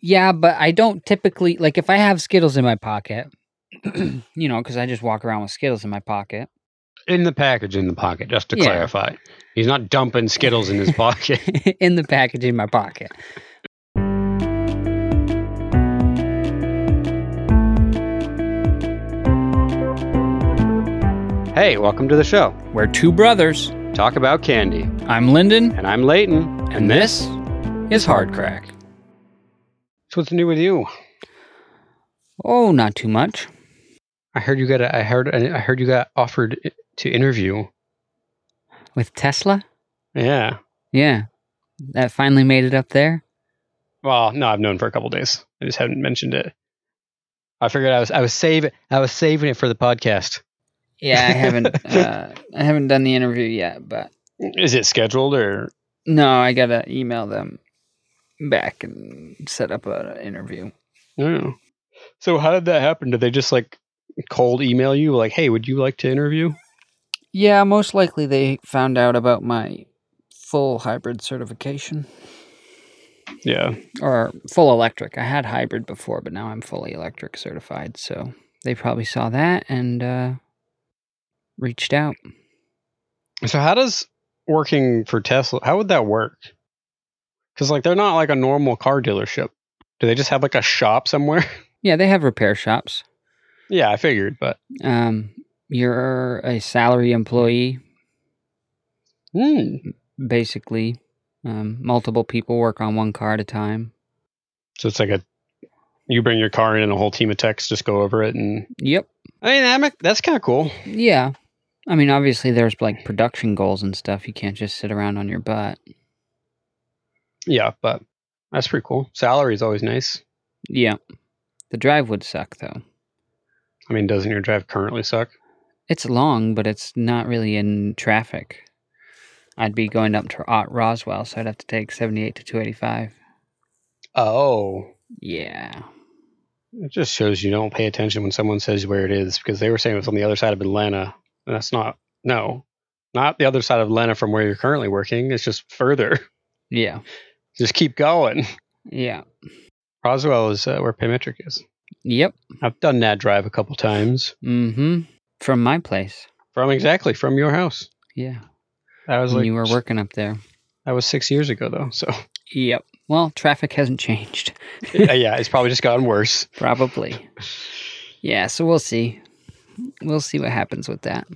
Yeah, but I don't typically like if I have Skittles in my pocket, you know, because I just walk around with Skittles in my pocket. In the package, in the pocket, just to Yeah. clarify. He's not dumping Skittles in his pocket. in the package in my pocket. hey, welcome to the show. We're two brothers. Talk about candy. I'm Lyndon, And I'm Leighton. And, this is Hard Crack. So what's new with you? Oh, not too much. I heard you got. A, I heard. I heard you got offered i- to interview. With Tesla? Yeah. Yeah. That finally made it up there. Well, no, I've known for a couple days. I just haven't mentioned it. I figured I was. I was saving. I was saving it for the podcast. Yeah, I haven't uh, I haven't done the interview yet, but Is it scheduled or? no, I gotta email them back and set up an interview. No. So how did that happen? Did they just like cold email you like, "Hey, would you like to interview?" Yeah, most likely they found out about my full hybrid certification Yeah. or full electric. I had hybrid before, but now I'm fully electric certified. So they probably saw that and uh, reached out. So how does working for Tesla? How would that work? Because like they're not like a normal car dealership. Do they just have like a shop somewhere? Yeah, they have repair shops. yeah, I figured, but Um, you're a salary employee, Hmm. basically. Um, multiple people work on one car at a time. So it's like a you bring your car in and a whole team of techs just go over it and Yep. I mean that mak- that's kind of cool. Yeah. I mean, obviously, there's like production goals and stuff. You can't just sit around on your butt. Yeah, but that's pretty cool. Salary is always nice. Yeah. The drive would suck, though. I mean, doesn't your drive currently suck? It's long, but it's not really in traffic. I'd be going up to Ott Roswell, so I'd have to take 78 to 285. Oh, Yeah. it just shows you don't pay attention when someone says where it is because they were saying it's on the other side of Atlanta. And that's not no, not the other side of Atlanta from where you're currently working. It's just further. Yeah. Just keep going. Yeah. Roswell is uh, where Paymetric is. Yep. I've done that drive a couple times Mm hmm. From my place. from exactly from your house. Yeah. That was When like you were working up there. That was six years ago though, so. Yep. Well, traffic hasn't changed. yeah, yeah, it's probably just gotten worse. Probably. yeah. So we'll see. We'll see what happens with that.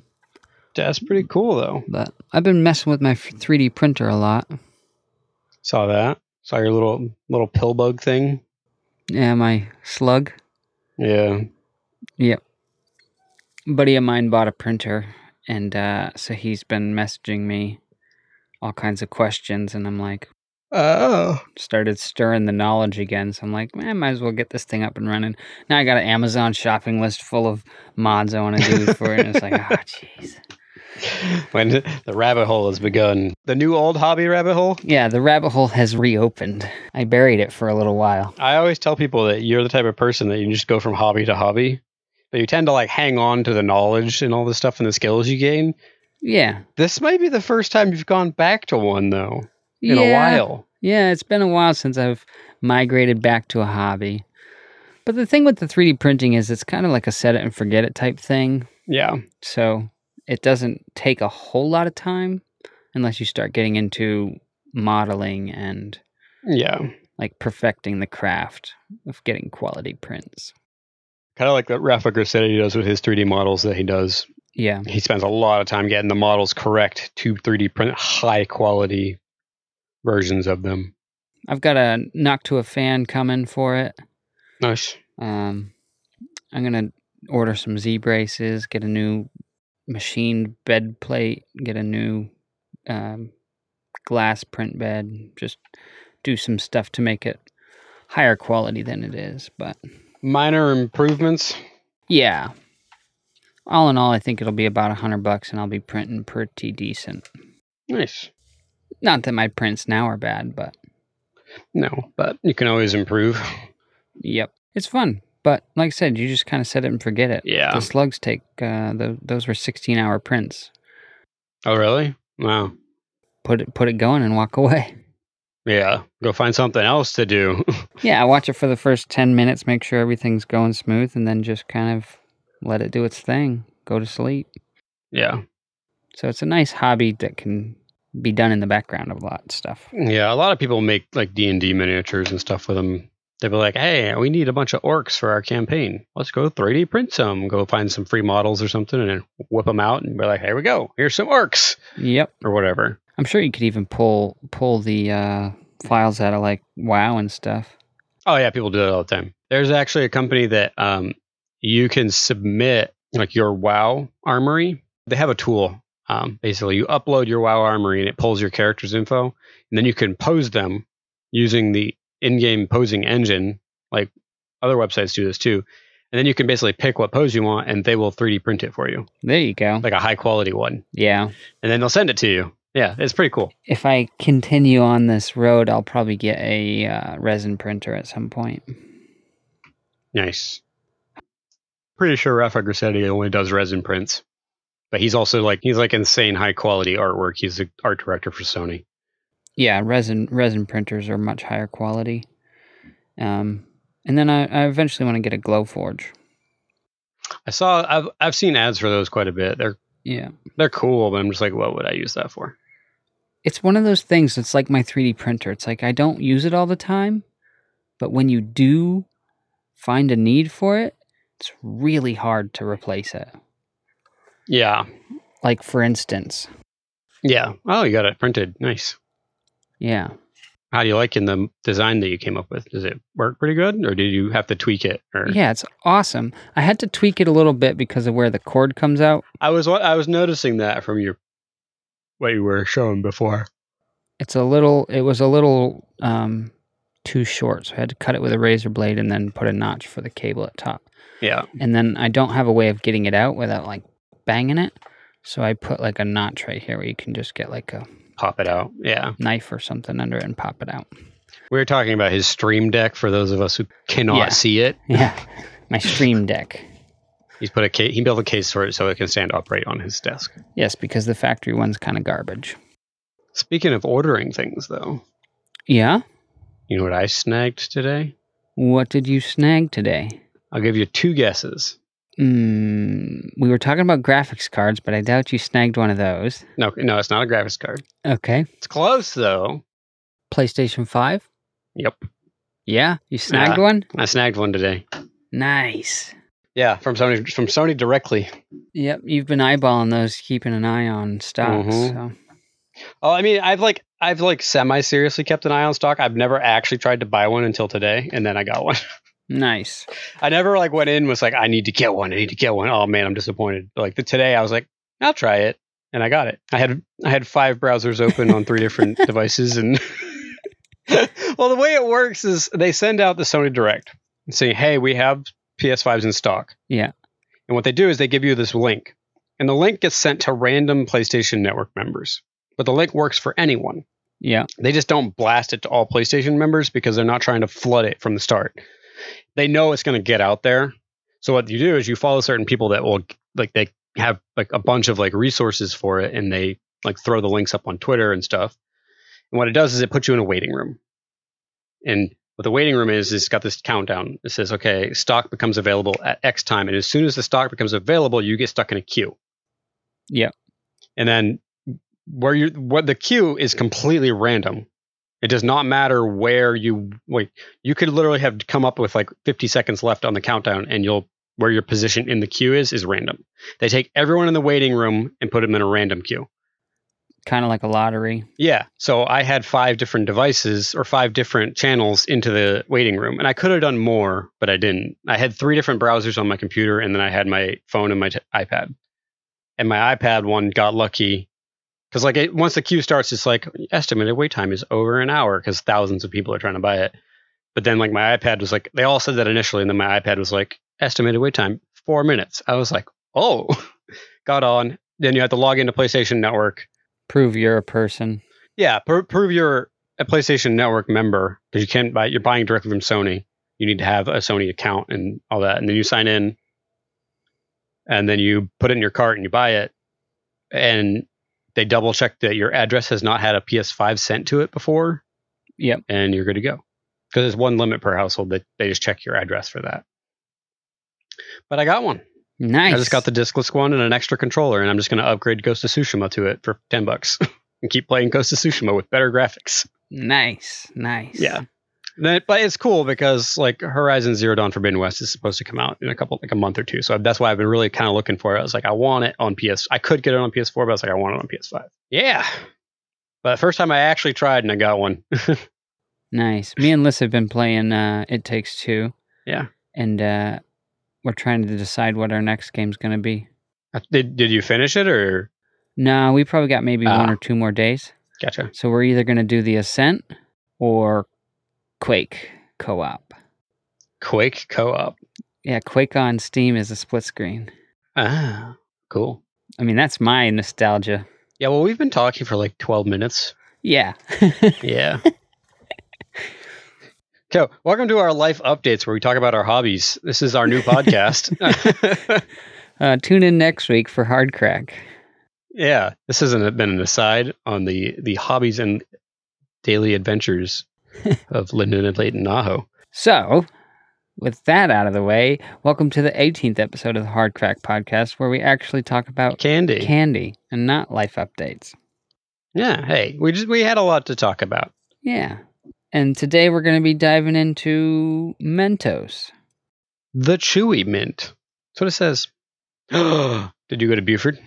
That's pretty cool though. But I've been messing with my f- 3D printer a lot. Saw that. Saw your little little pill bug thing. Yeah, my slug. Yeah. buddy of mine bought a printer and uh, so he's been messaging me all kinds of questions and i'm like Oh. started stirring the knowledge again so i'm like man, i might as well get this thing up and running now i got an amazon shopping list full of mods i want to do for it and it's like oh jeez When the rabbit hole has begun. The new old hobby rabbit hole. yeah the rabbit hole has reopened i buried it for a little while I always tell people that you're the type of person that you just go from hobby to hobby. But you tend to like hang on to the knowledge and all the stuff and the skills you gain. yeah This might be the first time you've gone back to one though in yeah. a while. Yeah, it's been a while since I've migrated back to a hobby. But the thing with the 3D printing is it's kind of like a set it and forget it type thing. Yeah. So it doesn't take a whole lot of time unless you start getting into modeling and Yeah. like perfecting the craft of getting quality prints. Kind of like what Rafa Grossetti does with his 3D models that he does. Yeah. he spends a lot of time getting the models correct to 3D print high quality versions of them. I've got a knock to a fan coming for it. Nice. Um, I'm gonna order some Z braces, get a new machined bed plate, get a new um, glass print bed, just do some stuff to make it higher quality than it is. But Minor improvements. yeah, all in all, I think it'll be about a hundred bucks, and I'll be printing pretty decent. Nice. Not that my prints now are bad, but No, but you can always improve. yep, it's fun. But like I said, you just kind of set it and forget it. Yeah. The slugs take uh, tho- those were sixteen hour prints. Oh, really? Wow. put it put it going and walk away. Yeah. Go find something else to do. Yeah, I watch it for the first 10 minutes, make sure everything's going smooth, and then just kind of let it do its thing, go to sleep. yeah. So it's a nice hobby that can be done in the background of a lot of stuff. Yeah. A lot of people make like D and D miniatures and stuff with them. They'd be like, "Hey, we need a bunch of orcs for our campaign. Let's go 3D print some. Go find some free models or something, and then whip them out. And be like, here we go. Here's some orcs Yep. or whatever. I'm sure you could even pull pull the uh, files out of like WoW and stuff. Oh yeah, people do that all the time. There's actually a company that um, you can submit like your WoW armory. They have a tool. Um, basically, you upload your WoW armory and it pulls your character's info, and then you can pose them using the in-game posing engine. Like other websites do this too, and then you can basically pick what pose you want, and they will 3D print it for you, There you go. like a high quality one, Yeah. and then they'll send it to you. Yeah, it's pretty cool. If I continue on this road, I'll probably get a uh, resin printer at some point. Nice. Pretty sure Rafa Grassetti only does resin prints, but he's also like he's like insane high quality artwork. He's the art director for Sony. yeah, resin resin printers are much higher quality. Um, and then I, I eventually want to get a Glowforge. I saw I've I've seen ads for those quite a bit. They're Yeah, they're cool, but I'm just like, what would I use that for? it's one of those things. It's like my 3D printer. It's like I don't use it all the time, but when you do find a need for it, it's really hard to replace it. Yeah, Like for instance, yeah. Oh, you got it printed. Nice. yeah, How do you like in the design that you came up with? Does it work pretty good, or did you have to tweak it? Or yeah, it's awesome. I had to tweak it a little bit because of where the cord comes out. I was wa- I was noticing that from your what you were showing before. it's a little it was a little um too short so i had to cut it with a razor blade and then put a notch for the cable at top Yeah, and then i don't have a way of getting it out without like banging it so i put like a notch right here where you can just get like a pop it out. Yeah. knife or something under it and pop it out We were talking about his stream deck for those of us who cannot Yeah. see it. yeah my stream deck He's put a ca- he built a case for it so it can stand upright on his desk. yes because the factory one's kind of garbage Speaking of ordering things though, yeah you know what I snagged today? what did you snag today I'll give you two guesses. mm, we were talking about graphics cards but i doubt you snagged one of those No, no, it's not a graphics card. okay It's close though. playstation 5 Yep, Yeah, you snagged Yeah. one. I snagged one today. Nice. Yeah, from Sony from Sony directly. Yep, you've been eyeballing those, keeping an eye on stocks. Mhm. So. Oh, I mean, I've like I've like semi seriously kept an eye on stock. I've never actually tried to buy one until today, and then I got one. Nice. I never like went in and was like, I need to get one. I need to get one. Oh man, I'm disappointed. But, Like the today, I was like, I'll try it, and I got it. I had I had five browsers open on three different devices, and well, the way it works is they send out the Sony Direct and say, Hey, we have PS5s in stock. Yeah. And what they do is they give you this link, and the link gets sent to random PlayStation Network members. But the link works for anyone Yeah. they just don't blast it to all PlayStation members because they're not trying to flood it from the start. They know it's going to get out there. So what you do is you follow certain people that will like they have like a bunch of like resources for it and they like throw the links up on Twitter and stuff. And what it does is it puts you in a waiting room. And what the waiting room is is it's got this countdown. It says, okay, stock becomes available at X time. And as soon as the stock becomes available, you get stuck in a queue. Yeah. And then where you what the queue is completely random. It does not matter where you wait. You could literally have come up with like 50 seconds left on the countdown, and you'll where your position in the queue is is random. They take everyone in the waiting room and put them in a random queue. Kind of like a lottery. Yeah. So I had five different devices or five different channels into the waiting room, and I could have done more, but I didn't. I had three different browsers on my computer, and then I had my phone and my t- iPad. And my iPad one got lucky because, like, it, once the queue starts, it's like estimated wait time is over an hour because thousands of people are trying to buy it. But then, like, my iPad was like, they all said that initially, and then my iPad was like, estimated wait time four minutes. I was like, oh, got on. Then you had to log into PlayStation Network. Prove you're a person. Yeah, pr- prove you're a PlayStation Network member because you can't buy. You're buying directly from Sony. You need to have a Sony account and all that, and then you sign in, and then you put it in your cart and you buy it, and they double check that your address has not had a PS5 sent to it before. Yep. and you're good to go. Because there's one limit per household that they just check your address for that. But I got one. Nice. I just got the discless one and an extra controller, and I'm just going to upgrade Ghost of Tsushima to it for ten bucks and keep playing Ghost of Tsushima with better graphics. nice, nice. Yeah. And then- But it's cool because like Horizon Zero Dawn Forbidden West is supposed to come out in a couple like a month or two, so that's why I've been really kind of looking for it. I was like, I want it on PS. I could get it on PS4, but I was like, I want it on PS5. Yeah. But the first time I actually tried and I got one. Nice. Me and Liz have been playing uh, It Takes Two. Yeah. And uh, we're trying to decide what our next game's going to be. did Did you finish it or? No, we probably got maybe one Ah. or two more days. Gotcha. So we're either going to do The Ascent or Quake co op. Quake co-op. Yeah, Quake on Steam is a split screen. Ah, cool. I mean, that's my nostalgia. Yeah. Well, we've been talking for like twelve minutes. Yeah. Yeah. So, welcome to our life updates where we talk about our hobbies. This is our new podcast. uh, tune in next week for Hard Crack. yeah, this hasn't been an aside on the the hobbies and daily adventures of Lyndon and Leighton Naho. So, with that out of the way, welcome to the 18th episode of the Hard Crack Podcast, where we actually talk about Candy. candy and not life updates. yeah. Hey, we just we had a lot to talk about. Yeah. And today we're going to be diving into Mentos. The Chewy Mint. That's what it says. Did you go to Buford?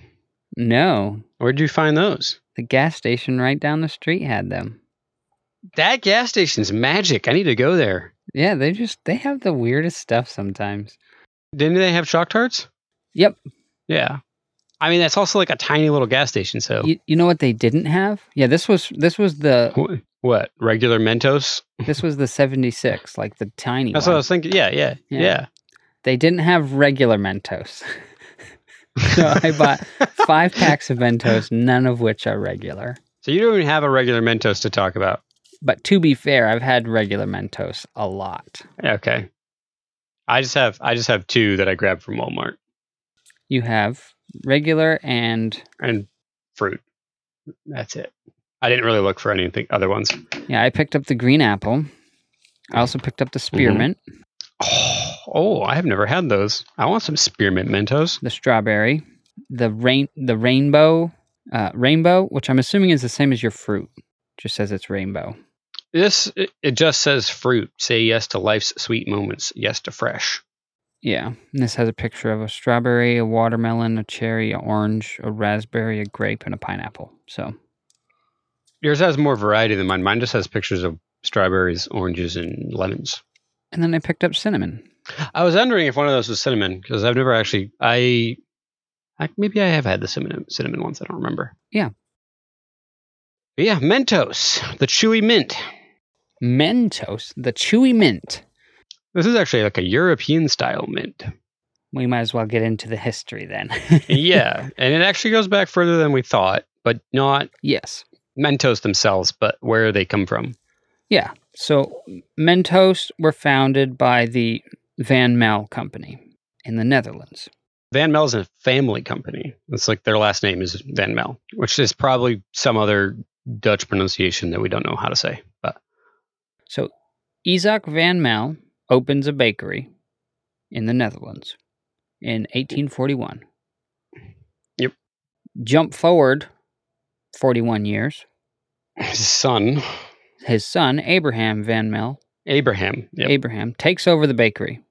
No, Where did you find those? the gas station right down the street had them. That gas station's magic. I need to go there. Yeah, they just they have the weirdest stuff sometimes. Didn't they have shock tarts? Yep. Yeah. I mean, that's also like a tiny little gas station. So You, you know what they didn't have? Yeah, this was this was the Wh- what? Regular Mentos? this was the 76, like the tiny That's one. what I was thinking. Yeah, yeah, Yeah. yeah. They didn't have regular Mentos. so I bought five packs of Mentos, none of which are regular. So you don't even have a regular Mentos to talk about. But to be fair, I've had regular Mentos a lot. Okay. I just have I just have two that I grabbed from Walmart You have regular and and fruit. That's it. I didn't really look for anything other ones. yeah, I picked up the green apple. I also picked up the Mm-hmm. spearmint, Oh, oh, I have never had those. I want some spearmint Mentos. the strawberry, the rain the rainbow uh, rainbow, which I'm assuming is the same as your fruit. Just says it's rainbow. This it, it just says fruit. Say yes to life's sweet moments. Yes to fresh. Yeah. And this has a picture of a strawberry, a watermelon, a cherry, a orange, a raspberry, a grape, and a pineapple. So Yours has more variety than mine. Mine just has pictures of strawberries, oranges, and lemons. and then I picked up cinnamon. I was wondering if one of those was cinnamon because I've never actually I, I maybe I have had the cinnamon cinnamon ones. I don't remember. Yeah. But yeah, Mentos, the chewy mint. Mentos, the chewy mint. This is actually like a European style mint. We might as well get into the history then. yeah, and it actually goes back further than we thought, but not yes. Mentos themselves, but where they come from. Yeah. So Mentos were founded by the Van Mel Company in the Netherlands. Van Mel's a family company. It's like their last name is Van Mel, which is probably some other Dutch pronunciation that we don't know how to say. But So Isaac Van Mel opens a bakery in the Netherlands in 1841. Yep. Jump forward 41 years. his son His son, Abraham Van Mel, Abraham. Yep. Abraham, takes over the bakery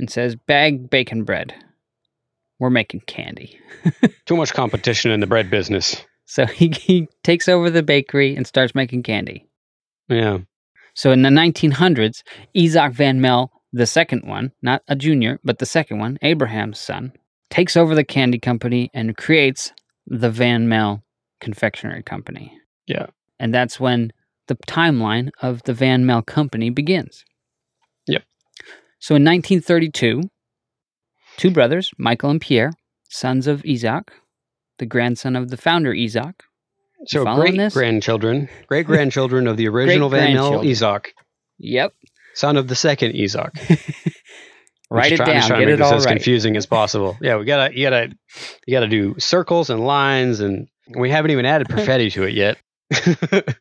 and says, Bag bacon bread. We're making candy. Too much competition in the bread business. So he, he takes over the bakery and starts making candy. Yeah. So in the 1900s, Isaac Van Mel, the second one, not a junior, but the second one, Abraham's son, takes over the candy company and creates the Van Mel Confectionery Company. Yeah. And that's when the timeline of the Van Mel Company begins. Yep. So in 1932, two brothers, Michael and Pierre, sons of Isaac, the grandson of the founder Isaac, So following great this? grandchildren, great grandchildren of the original Van Mel Great-grandchildren. Isaac, yep, son of the second Isaac. write it Just try- down, just trying to get make it this all as right. confusing as possible. Yeah, we gotta, you gotta, you gotta do circles and lines, and we haven't even added perfetti to it yet.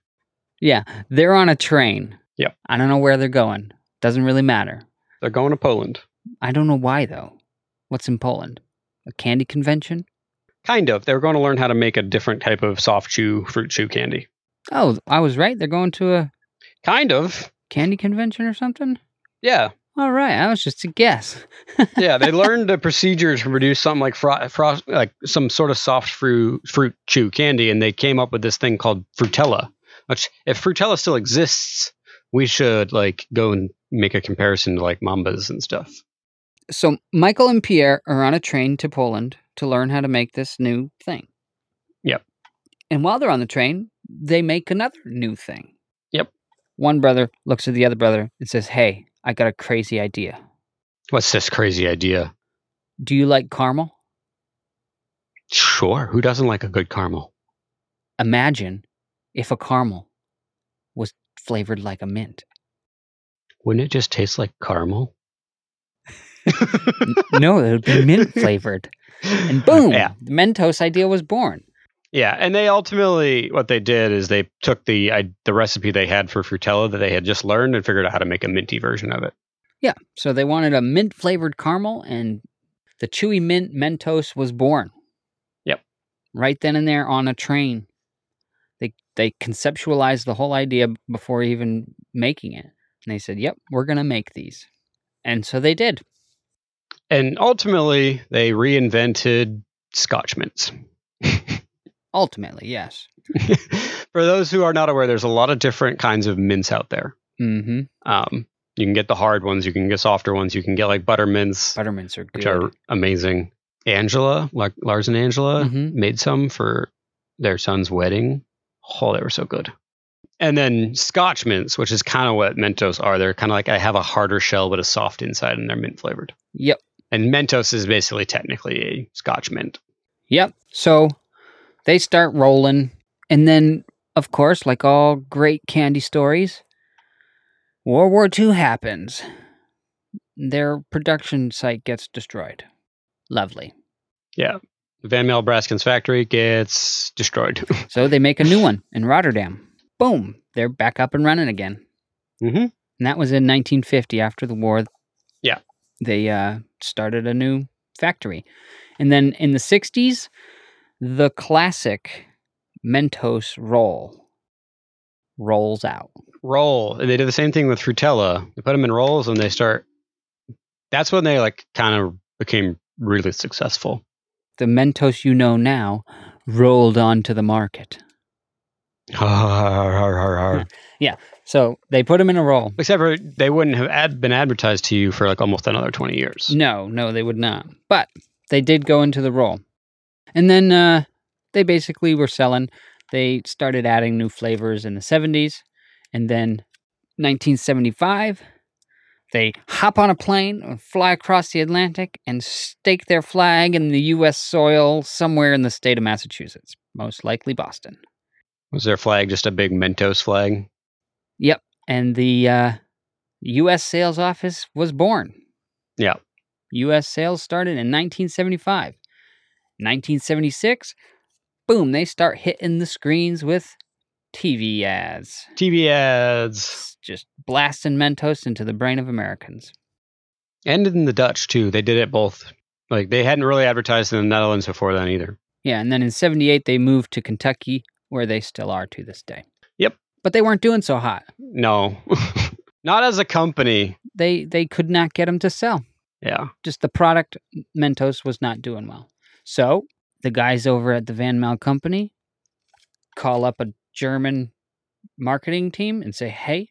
Yeah, they're on a train. Yep. I don't know where they're going. Doesn't really matter. They're going to Poland. I don't know why though. What's in Poland? A candy convention? Kind of. They were going to learn how to make a different type of soft chew, fruit chew candy. Oh, I was right. They're going to a Kind of. candy convention or something. Yeah. All right, that was just a guess. Yeah. They learned a procedure to produce something like fro- fro- like some sort of soft fruit, fruit chew candy, and they came up with this thing called Frutella. Which, if Frutella still exists, we should like go and make a comparison to like Mambas and stuff. So Michael and Pierre are on a train to Poland to learn how to make this new thing. Yep. And while they're on the train, they make another new thing. Yep. One brother looks at the other brother and says, "Hey, I got a crazy idea. What's this crazy idea? Do you like caramel? Sure. Who doesn't like a good caramel? Imagine if a caramel was flavored like a mint." Wouldn't it just taste like caramel? no, it would be mint flavored. And boom, Yeah. the Mentos idea was born. Yeah, and they ultimately what they did is they took the I, the recipe they had for Frutella that they had just learned and figured out how to make a minty version of it. Yeah. So they wanted a mint flavored caramel, and the chewy mint Mentos was born. Yep. Right then and there on a train. They they conceptualized the whole idea before even making it. And they said, "Yep, we're going to make these." And so they did. And ultimately, they reinvented Scotch mints. Ultimately, yes. for those who are not aware, there's a lot of different kinds of mints out there. Mhm. Um, you can get the hard ones, you can get softer ones, you can get like butter mints, Buttermints are good. which are amazing. Angela, like Lars and Angela, Mhm. made some for their son's wedding. Oh, they were so good. And then Scotch mints, which is kind of what Mentos are. They're kind of like I have a harder shell but a soft inside, and they're mint flavored. Yep. And Mentos is basically technically a Scotch mint. Yep. So they start rolling. And then, of course, like all great candy stories, World War II happens. Their production site gets destroyed. Lovely. Van Mel Braskin's factory gets destroyed. So they make a new one in Rotterdam. Boom. They're back up and running again. mm-hmm. And that was in 1950 after the war. Yeah. They uh, started a new factory. And then in the 60s, the classic Mentos roll rolls out. Roll. And they did the same thing with Frutella. They put them in rolls and they start. That's when they like kind of became really successful. The Mentos you know now rolled onto the market. So they put them in a roll. Except for they wouldn't have ad- been advertised to you for like almost another 20 years. No, no, they would not. But they did go into the roll. And then uh, they basically were selling. They started adding new flavors in the 70s. And then 1975, they hop on a plane and fly across the Atlantic and stake their flag in the U.S. soil somewhere in the state of Massachusetts, most likely Boston. Was their flag just a big Mentos flag? and the uh, U.S. sales office was born. Yeah. U.S. sales started in 1975. 1976, boom, they start hitting the screens with TV ads, TV ads. It's just blasting Mentos into the brain of Americans. And in the Dutch, too. They did it both. Like they hadn't really advertised in the Netherlands before then either. Yeah, and then in 78, they moved to Kentucky, where they still are to this day. Yep. But they weren't doing so hot. No. Not as a company. They they could not get them to sell. Yeah. just the product Mentos was not doing well. So the guys over at the Van Mal company call up a German marketing team and say, "Hey,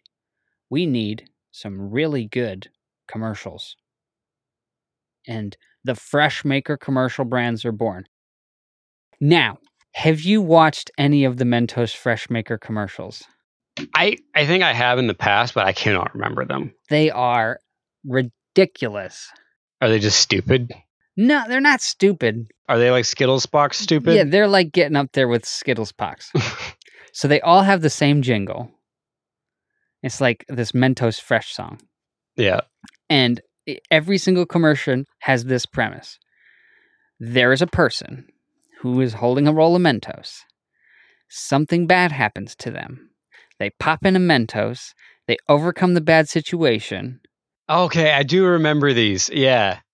we need some really good commercials." And the Fresh Maker commercial brands are born. Now, have you watched any of the Mentos Fresh Maker commercials? I, I think I have in the past, but I cannot remember them. They are ridiculous. Are they just stupid? No, they're not stupid. Are they like Skittles box stupid? Yeah, they're like getting up there with Skittles Pox. so they all have the same jingle. It's like this Mentos Fresh song. yeah. And i- every single commercial has this premise there is a person who is holding a roll of Mentos. Something bad happens to them. They pop in a Mentos. They overcome the bad situation. Okay, I do remember these. Yeah.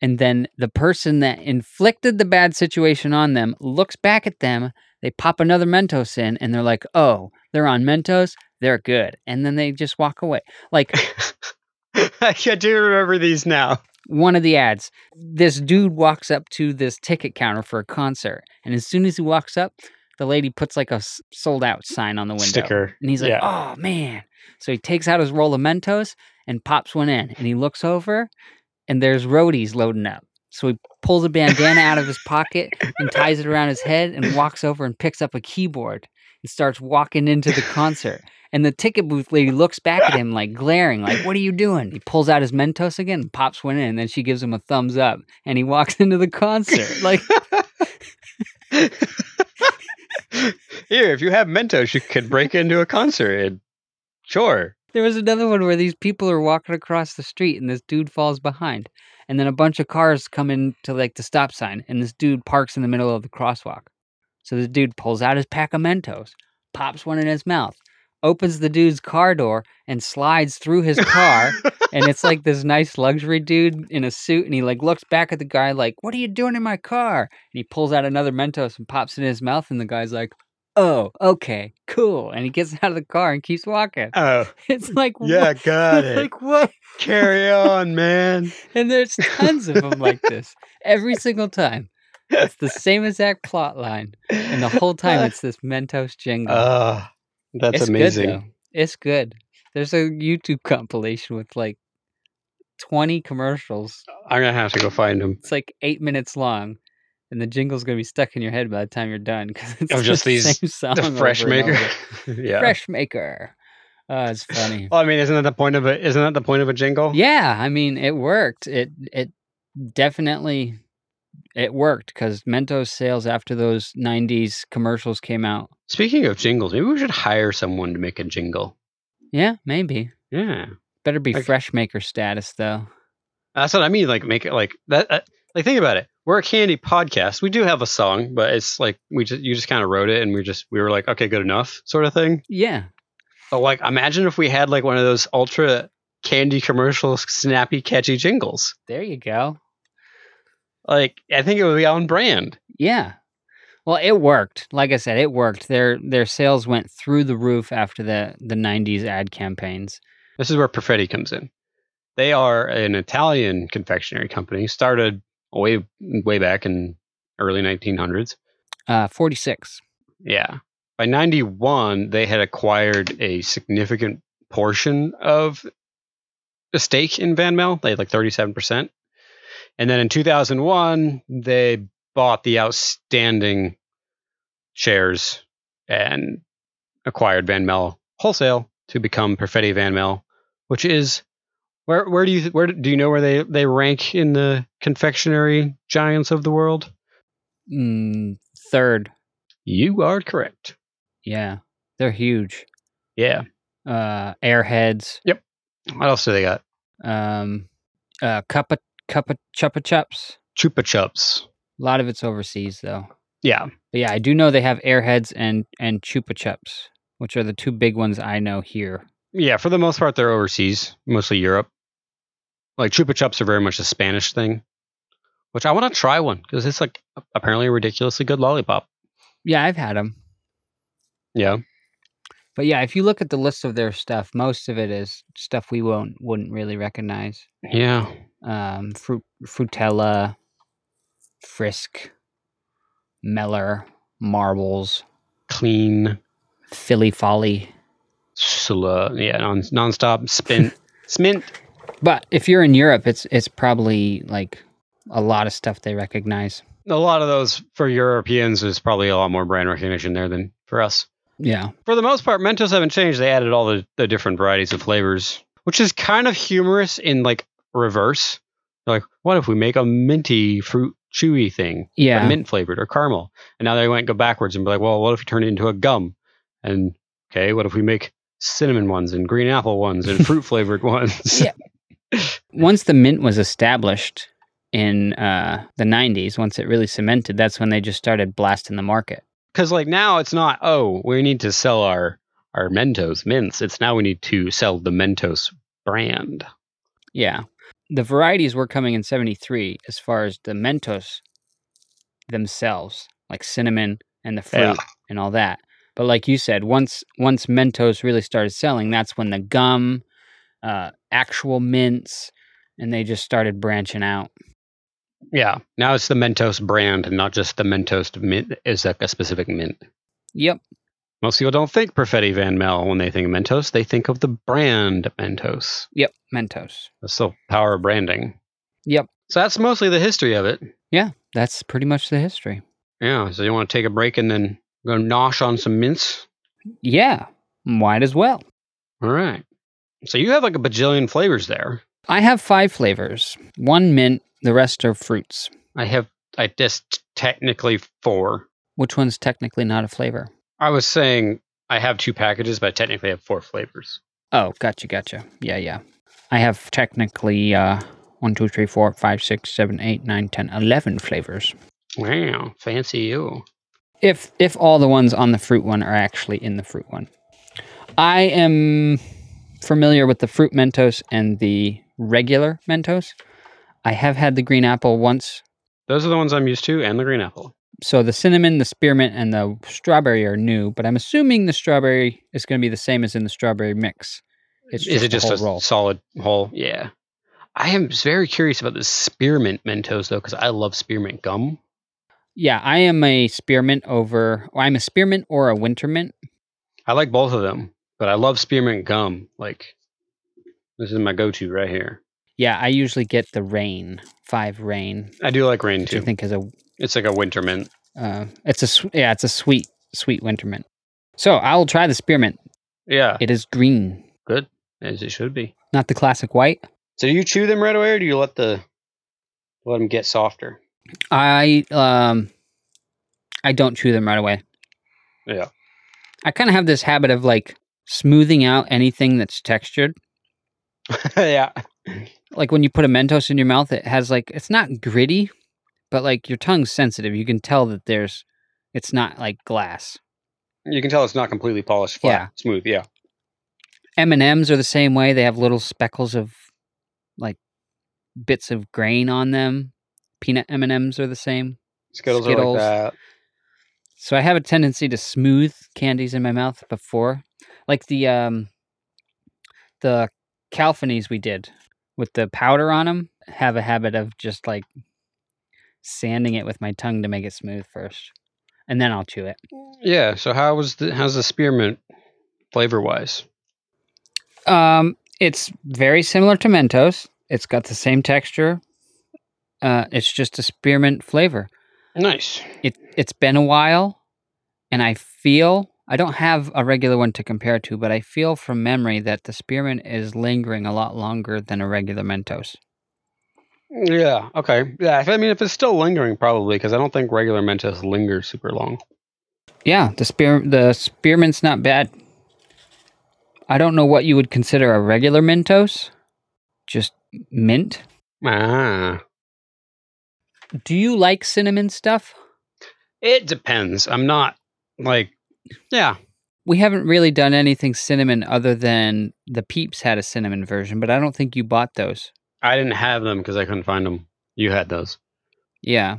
And then the person that inflicted the bad situation on them looks back at them. They pop another Mentos in and they're like, oh, they're on Mentos. They're good. And then they just walk away. Like, I do remember these now. one of the ads, this dude walks up to this ticket counter for a concert. And as soon as he walks up, the lady puts like a s- sold out sign on the window. Sticker. And he's like, Yeah. oh, man. So he takes out his roll of Mentos and pops one in. And he looks over and there's roadies loading up. So he pulls a bandana out of his pocket and ties it around his head and walks over and picks up a keyboard and starts walking into the concert. And the ticket booth lady looks back at him like glaring, like, What are you doing? He pulls out his Mentos again and pops one in. And then she gives him a thumbs up and he walks into the concert. Like, Here, if you have Mentos, you could break into a concert. And sure. There was another one where these people are walking across the street and this dude falls behind. And then a bunch of cars come in to like the stop sign and this dude parks in the middle of the crosswalk. So the dude pulls out his pack of Mentos, pops one in his mouth, opens the dude's car door and slides through his car. and it's like this nice luxury dude in a suit and he like looks back at the guy like, "What are you doing in my car?" And he pulls out another Mentos and pops it in his mouth and the guy's like, "Oh, okay. Cool." And he gets out of the car and keeps walking. Oh, It's like yeah, got it's it. like what? Carry on, man. And there's tons of them like this every single time. It's the same exact plot line, and the whole time it's this Mentos jingle. Uh, that's it's amazing. Good, though. it's good. There's a YouTube compilation with like 20 commercials. I'm gonna have to go find them. It's like eight minutes long, and the jingle's gonna be stuck in your head by the time you're done because it's Oh, just the these- same song. The over Fresh and Maker. over. yeah. Fresh maker. Uh, it's funny. Well, I mean, isn't that the point of a isn't that the point of a jingle? Yeah, I mean, it worked. It it definitely it worked because Mentos sales after those '90s commercials came out. Speaking of jingles, maybe we should hire someone to make a jingle. Yeah, maybe Yeah. better be Okay. fresh maker status though. That's what I mean. Like make it like that. that- like think about it. We're a candy podcast. We do have a song, but it's like we just you just kind of wrote it, and we just we were like, okay, good enough, sort of thing. Yeah, But like, imagine if we had like one of those ultra candy commercial, snappy, catchy jingles. there you go. Like, I think it would be on brand. Yeah, well, it worked. Like I said, it worked. Their their sales went through the roof after the the '90s ad campaigns. This is where Perfetti comes in. They are an Italian confectionery company, started way way back in early 1900s. Uh, Forty six. Yeah. By 91, they had acquired a significant portion of the stake in Van Mel. They had like 37%. And then in 2001, they bought the outstanding shares and acquired Van Mel wholesale to become Perfetti Van Mel, which is where where do you where do you know where they they rank in the confectionery giants of the world? Mm, third. You are correct. Yeah, they're huge. Yeah. Uh, Airheads. What else do they got? um, uh, cup of cup of chupa chups. Chupa Chups. A lot of it's overseas though. Yeah. But yeah, I do know they have Airheads and and chupa chups, which are the two big ones I know here. Yeah, for the most part, they're overseas, mostly Europe. Like Chupa Chups are very much a Spanish thing, which I want to try one because it's like apparently a ridiculously good lollipop. Yeah, I've had them. Yeah. But yeah, if you look at the list of their stuff, most of it is stuff we won't wouldn't really recognize. Yeah. Um, Fruit Frutella, Frisk, Meller, Marbles, Clean, Philly Folly. slow, yeah, non nonstop, spin, smint. But if you're in Europe, it's it's probably like a lot of stuff they recognize. A lot of those for Europeans is probably a lot more brand recognition there than for us. Yeah. for the most part, Mentos haven't changed. They added all the, the different varieties of flavors, which is kind of humorous in like reverse. They're like, what if we make a minty fruit chewy thing, Yeah. or mint flavored or caramel? And now they went go backwards and be like, well, what if we turn it into a gum? And okay, what if we make cinnamon ones and green apple ones and fruit flavored ones? Yeah. once the mint was established in uh, the 90s, once it really cemented, that's when they just started blasting the market. Because like now it's not, oh, we need to sell our are Mentos mints. It's now we need to sell the Mentos brand. Yeah. The varieties were coming in 73 as far as the Mentos themselves, like cinnamon and the fruit Yeah. and all that. But like you said, once once Mentos really started selling, that's when the gum, uh, actual mints, and they just started branching out. Yeah. Now it's the Mentos brand and not just the Mentos mint is like a specific mint. Yep. Most people don't think Perfetti Van Mel when they think Mentos. They think of the brand Mentos. Yep. Mentos. That's the power of branding. Yep. So that's mostly the history of it. That's pretty much the history. Yeah. So you want to take a break and then go nosh on some mints? Yeah. Might as well. All right. So you have like a bajillion flavors there. I have five flavors one mint, the rest are fruits. I have, I just technically four. Which one's technically not a flavor? I was saying I have two packages, but I technically have four flavors. Oh, gotcha, gotcha. Yeah, yeah. I have technically uh, one, two, three, four, five, six, seven, eight, nine, ten, eleven flavors. Wow. Fancy you. If if all the ones on the fruit one are actually in the fruit one, I am familiar with the fruit Mentos and the regular Mentos. I have had the green apple once, Those are the ones I'm used to and the green apple. so the cinnamon, the spearmint, and the strawberry are new, but I'm assuming the strawberry is going to be the same as in the strawberry mix. It's Is it just whole a solid whole? Yeah. I am very curious about the spearmint Mentos though, because I love spearmint gum. Yeah, I am a spearmint over. Well, I'm a spearmint or a winter mint. I like both of them, but I love spearmint gum. Like this is my go-to right here. Yeah, I usually get the rain five rain, I do like rain which I too. think is a It's like a winter mint. uh, it's a sw- yeah, it's a sweet sweet winter mint. So I will try the spearmint. Yeah, It is green, good as it should be. not the classic white. So do you chew them right away, or do you let the let them get softer? I um, I don't chew them right away. Yeah. I kind of have this habit of like smoothing out anything that's textured. yeah. like when you put a Mentos in your mouth, it has like it's not gritty, but like your tongue's sensitive. You can tell that there's it's not like glass. You can tell it's not completely polished, flat, Yeah. smooth. Yeah. M and M's are the same way. They have little speckles of like bits of grain on them. Peanut M and M's are the same. Skittles, Skittles. are like that. So I have a tendency to smooth candies in my mouth before, like the um, the calphanies we did with the powder on them. Have a habit of just like sanding it with my tongue to make it smooth first, and then I'll chew it. Yeah. So how was the how's the spearmint flavor wise? Um, it's very similar to Mentos. It's got the same texture. Uh, it's just a spearmint flavor. Nice. it it's been a while and i feel i don't have a regular one to compare to but i feel from memory that the spearmint is lingering a lot longer than a regular mentos Yeah. Okay. Yeah. If, I mean, if it's still lingering, probably because I don't think regular Mentos linger super long. yeah the spear the spearmint's not bad i don't know what you would consider a regular mentos just mint Ah. do you like cinnamon stuff It depends. I'm not like. Yeah. we haven't really done anything cinnamon other than the peeps had a cinnamon version but i don't think you bought those I didn't have them because I couldn't find them. You had those. Yeah.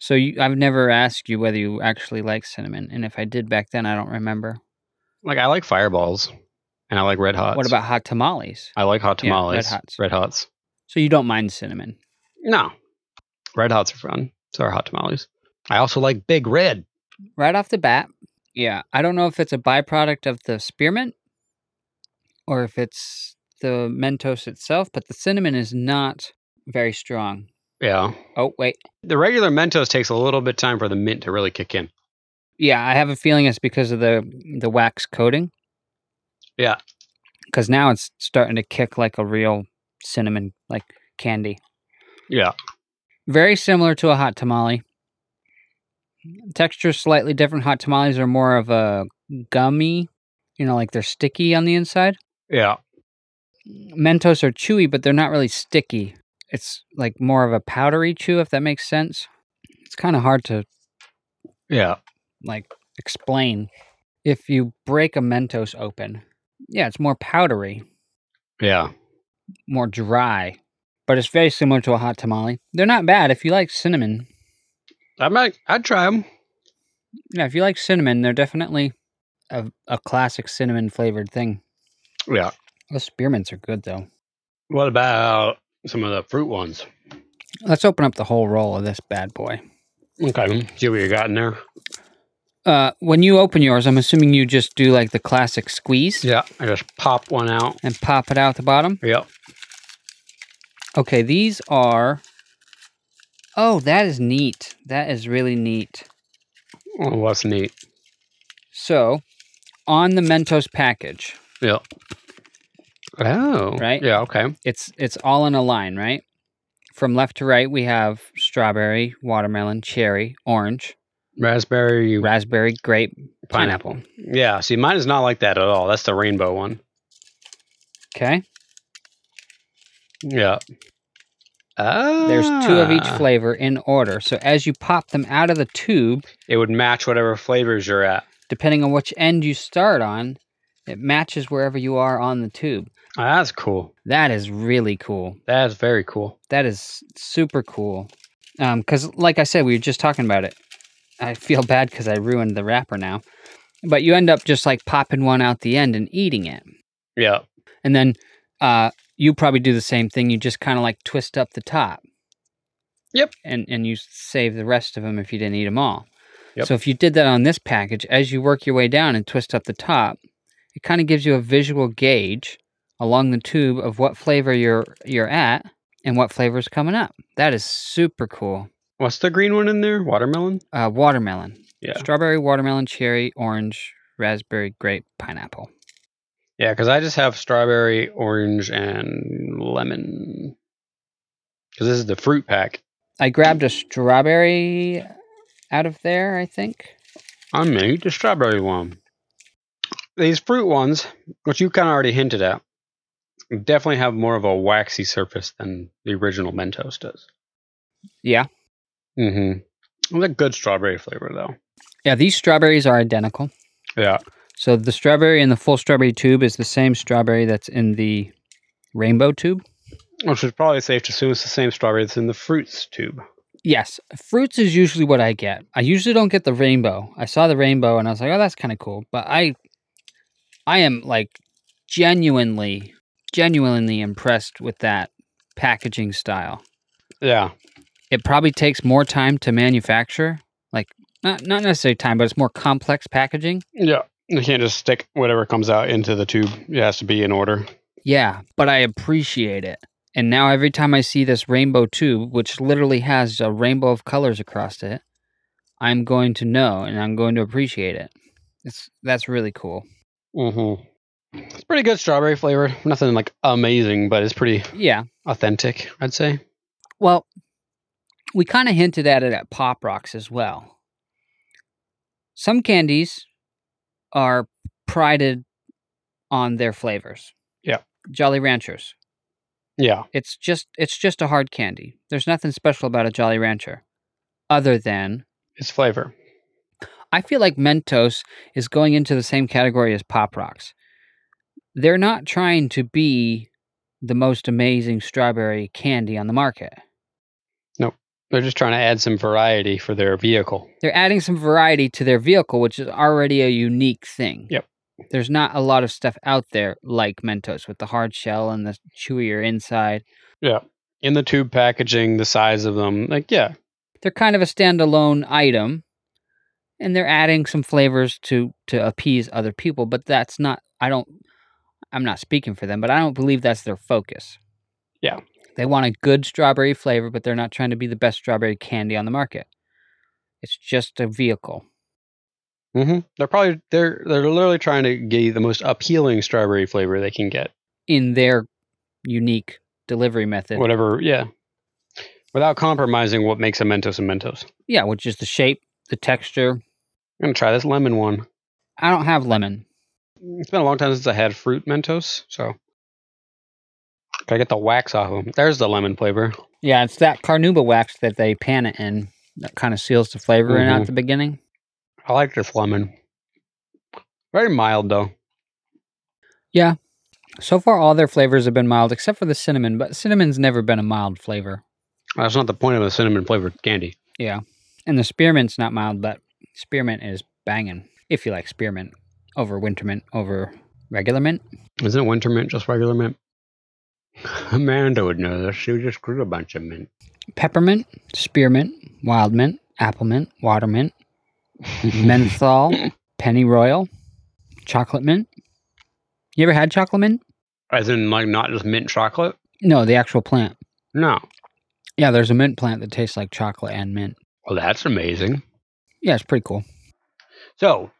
So you, I've never asked you whether you actually like cinnamon, and if I did back then, I don't remember. Like I like fireballs, and I like red hots. What about hot tamales? I like hot Yeah, Red tamales. Hots. Red hots. So you don't mind cinnamon? No. Red hots are fun. So are hot tamales. I also like big red. Right off the bat, yeah. I don't know if it's a byproduct of the spearmint or if it's the Mentos itself, but the cinnamon is not very strong. Yeah. Oh wait, The regular Mentos takes a little bit time for the mint to really kick in. yeah. I have a feeling it's because of the the wax coating. Yeah. Because now it's starting to kick like a real cinnamon, like candy. Yeah. very similar to a hot tamale. Texture slightly different. Hot tamales are more of a gummy, you know, like they're sticky on the inside. Yeah. Mentos are chewy, but they're not really sticky. It's like more of a powdery chew, if that makes sense. It's kind of hard to Yeah. like explain. if you break a Mentos open, yeah, it's more powdery, Yeah. more dry, but it's very similar to a hot tamale. They're not bad if you like cinnamon. I might, I'd try them. Yeah, if you like cinnamon, they're definitely a, a classic cinnamon flavored thing. Yeah. The spearmints are good though. What about some of the fruit ones? Let's open up the whole roll of this bad boy. Okay. See what you got in there? Uh, when you open yours, I'm assuming you just do like the classic squeeze Yeah. I just pop one out. and pop it out the bottom. Yep. Okay, these are. Oh, that is neat. That is really neat. Oh, what's neat? So, on the Mentos package, Yeah. Oh. Right? Yeah. Okay. it's it's all in a line, right? From left to right, we have strawberry, watermelon, cherry, orange, Raspberry raspberry, grape, pineapple. pineapple. Yeah. See, mine is not like that at all. That's the rainbow one. Okay, Yeah. Oh. there's two of each flavor in order. So as you pop them out of the tube, It would match whatever flavors you're at. depending on which end you start on, it matches wherever you are on the tube. Ah, that's cool. That is really cool. That's very cool. That is super cool. Um, cause like I said, we were just talking about it. I feel bad because I ruined the wrapper now. But you end up just like popping one out the end and eating it, Yeah. and then uh, you probably do the same thing. You just kind of like twist up the top. Yep. And and you save the rest of them if you didn't eat them all. Yep. So if you did that on this package, as you work your way down and twist up the top, it kind of gives you a visual gauge along the tube of what flavor you're you're at and what flavor's coming up. That is super cool. What's the green one in there? Watermelon? Uh, watermelon, Yeah. strawberry, watermelon, cherry, orange, raspberry, grape, pineapple. Yeah, because I just have strawberry, orange, and lemon. Because this is the fruit pack. I grabbed a strawberry out of there, I think. I'm gonna eat the strawberry one. These fruit ones, which you kind of already hinted at, definitely have more of a waxy surface than the original Mentos does. Yeah. Mm-hmm. It's a good strawberry flavor though. Yeah, these strawberries are identical. Yeah. So the strawberry in the full strawberry tube is the same strawberry that's in the rainbow tube. Which is probably safe to assume it's the same strawberry that's in the fruits tube. Yes, fruits is usually what I get. I usually don't get the rainbow. I saw the rainbow and I was like, "Oh, that's kind of cool." But I I am like genuinely genuinely impressed with that packaging style. Yeah. It probably takes more time to manufacture, like not not necessarily time, but it's more complex packaging. Yeah. You can't just stick whatever comes out into the tube. It has to be in order. Yeah, but I appreciate it. And now every time I see this rainbow tube, which literally has a rainbow of colors across it, I'm going to know and I'm going to appreciate it. It's that's really cool. Mm-hmm. It's pretty good strawberry flavor. Nothing like amazing, but it's pretty Yeah. authentic, I'd say. Well, we kind of hinted at it at Pop Rocks as well. Some candies are prided on their flavors. Yeah. Jolly Ranchers. Yeah. It's just it's just a hard candy. There's nothing special about a Jolly Rancher other than It's flavor. I feel like Mentos is going into the same category as Pop Rocks. They're not trying to be the most amazing strawberry candy on the market. They're just trying to add some variety for their vehicle. They're adding some variety to their vehicle, which is already a unique thing. Yep. There's not a lot of stuff out there like Mentos with the hard shell and the chewier inside. In the tube packaging, the size of them, like yeah, They're kind of a standalone item and they're adding some flavors to to appease other people, but that's not I don't I'm not speaking for them, but I don't believe that's their focus. Yeah. They want a good strawberry flavor, but they're not trying to be the best strawberry candy on the market. It's just a vehicle. mm-hmm. they're probably they're they're literally trying to get you the most appealing strawberry flavor they can get. in their unique delivery method. Whatever, yeah, without compromising what makes a Mentos a Mentos. Yeah, which is the shape, the texture. I'm gonna try this lemon one. I don't have lemon. It's been a long time since I had fruit Mentos, so gotta get the wax off them. There's the lemon flavor. Yeah, it's that carnauba wax that they pan it in that kind of seals the flavor in at the beginning. I like this lemon. Very mild though. Yeah. So far, all their flavors have been mild except for the cinnamon, but cinnamon's never been a mild flavor. That's not the point of a cinnamon flavored candy. Yeah. And the spearmint's not mild, but spearmint is banging. If you like spearmint over winter mint over regular mint. Isn't winter mint just regular mint? Amanda would know this. She just grew a bunch of mint. Peppermint, spearmint, wild mint, apple mint, water mint, menthol, pennyroyal, chocolate mint. You ever had chocolate mint? As in, like, not just mint chocolate? No, the actual plant. No. Yeah, there's a mint plant that tastes like chocolate and mint. Well, that's amazing. Yeah, it's pretty cool. So,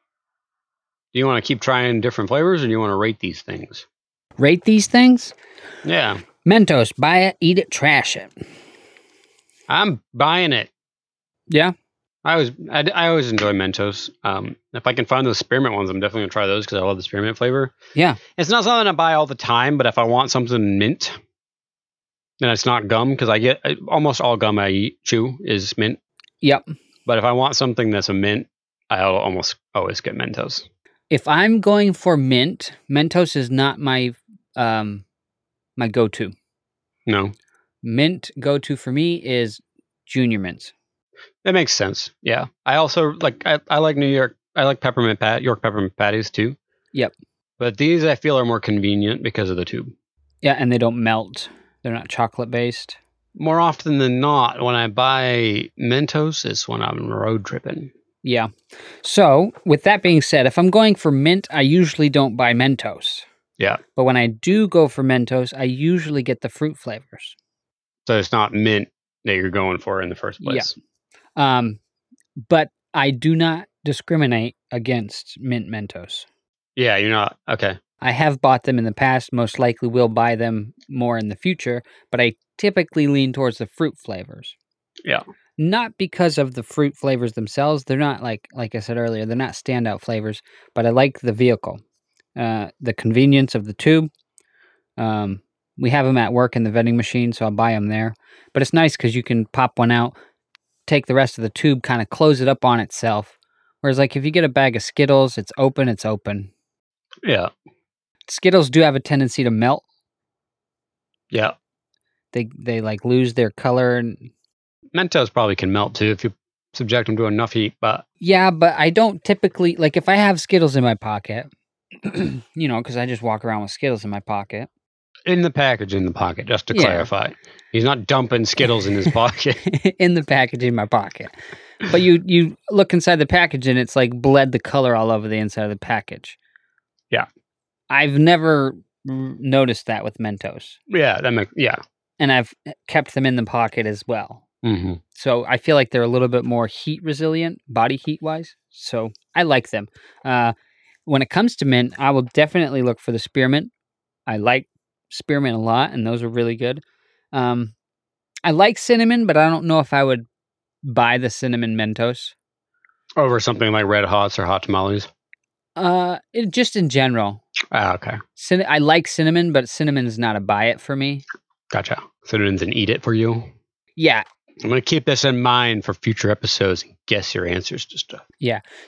do you want to keep trying different flavors or do you want to rate these things? Rate these things? Yeah. Mentos, buy it, eat it, trash it. I'm buying it. Yeah. I always, I, I always enjoy Mentos. Um, if I can find those spearmint ones, I'm definitely gonna try those because I love the spearmint flavor. Yeah. It's not something I buy all the time, but if I want something mint, and it's not gum because I get I, almost all gum I eat, chew is mint. Yep. But if I want something that's a mint, I'll almost always get Mentos. If I'm going for mint, Mentos is not my um my go-to. No, Mint go-to for me is Junior Mints. that makes sense. Yeah. I also like I, I like New York. I like peppermint pat York peppermint patties too. Yep. But these I feel are more convenient because of the tube. Yeah, and they don't melt. They're not chocolate based. More often than not, when I buy Mentos, it's when I'm road tripping. Yeah. So, with that being said, if I'm going for mint, I usually don't buy Mentos. Yeah. But when I do go for Mentos, I usually get the fruit flavors. So it's not mint that you're going for in the first place. Um, but I do not discriminate against mint Mentos. Yeah, you're not. Okay. I have bought them in the past, most likely will buy them more in the future, but I typically lean towards the fruit flavors. Yeah. Not because of the fruit flavors themselves. They're not like like I said earlier, they're not standout flavors, but I like the vehicle. Uh the convenience of the tube. Um we have them at work in the vending machine, so I'll buy them there. But it's nice cuz you can pop one out, take the rest of the tube, kind of close it up on itself. Whereas like if you get a bag of Skittles, it's open, it's open. Yeah. Skittles do have a tendency to melt. Yeah. They they like lose their color and Mentos probably can melt too if you subject them to enough heat, but yeah, but I don't typically like if I have Skittles in my pocket, you know, because I just walk around with Skittles in my pocket. in the package, in the pocket, just to Yeah. clarify. He's not dumping Skittles in his pocket. in the package in my pocket. But you you look inside the package and it's like bled the color all over the inside of the package. Yeah. I've never r- noticed that with Mentos. yeah, that makes, yeah. And I've kept them in the pocket as well. Mm-hmm. So I feel like they're a little bit more heat resilient, body heat wise. So I like them. Uh, when it comes to mint, I will definitely look for the spearmint. I like spearmint a lot, and those are really good. Um, I like cinnamon, but I don't know if I would buy the cinnamon Mentos. Over something like Red Hots or Hot Tamales. Uh, it, just in general, Ah, okay. Cin- I like cinnamon, but cinnamon's not a buy it for me. Gotcha. So it doesn't eat it for you. Yeah, I'm going to keep this in mind for future episodes and guess your answers to stuff.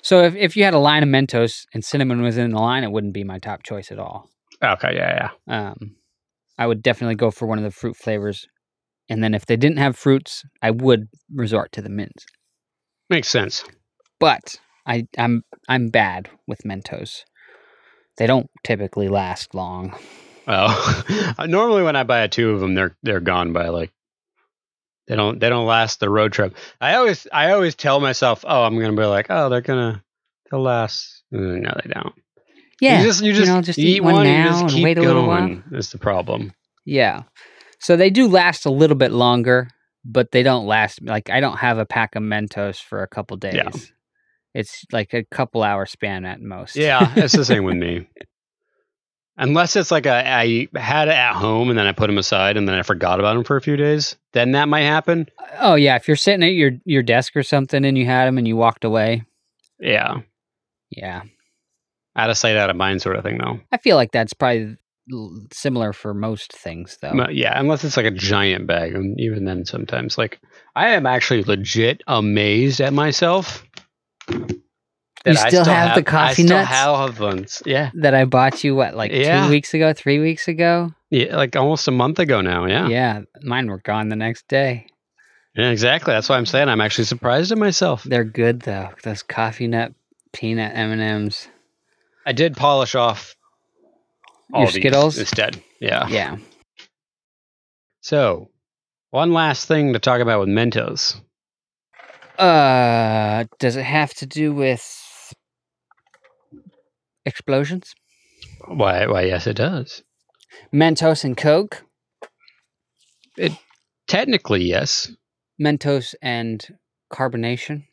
so if, if you had a line of Mentos and cinnamon was in the line, it wouldn't be my top choice at all. Okay, yeah, yeah. um, I would definitely go for one of the fruit flavors. And then if they didn't have fruits, I would resort to the mints. Makes sense. But I, I'm I'm bad with Mentos. They don't typically last long. Oh, normally when I buy a two of them, they're they're gone by like they don't they don't last the road trip. I always I always tell myself, oh, I'm gonna be like, oh, they're gonna they'll last. Mm, No, they don't. Yeah, you just you you just, know, just eat, one, and, just now and keep wait a going. little while. That's the problem. yeah. So they do last a little bit longer, but they don't last. Like I don't have a pack of Mentos for a couple days. Yeah. It's like a couple hour span at most. Yeah, it's the same with me. Unless it's like a, I had it at home and then I put them aside and then I forgot about them for a few days, then that might happen. Oh yeah. If you're sitting at your your desk or something and you had them and you walked away, Yeah, Yeah. out of sight, out of mind, sort of thing, though. I feel like that's probably l- similar for most things, though. But yeah, unless it's like a giant bag, and even then, sometimes like I am actually legit amazed at myself that You I still have the I coffee still nuts? have ones. Yeah. that I bought you what like Yeah. two weeks ago, three weeks ago. Yeah. Like almost a month ago now. Yeah. yeah. yeah, mine were gone the next day. Exactly. That's why I'm saying I'm actually surprised at myself. They're good though. Those coffee nut peanut M and M's. I did polish off all Your these Skittles? instead. Yeah. Yeah, So, one last thing to talk about with Mentos. Uh, does it have to do with explosions? Why? Why? Yes, it does. Mentos and Coke? Technically, yes. Mentos and carbonation?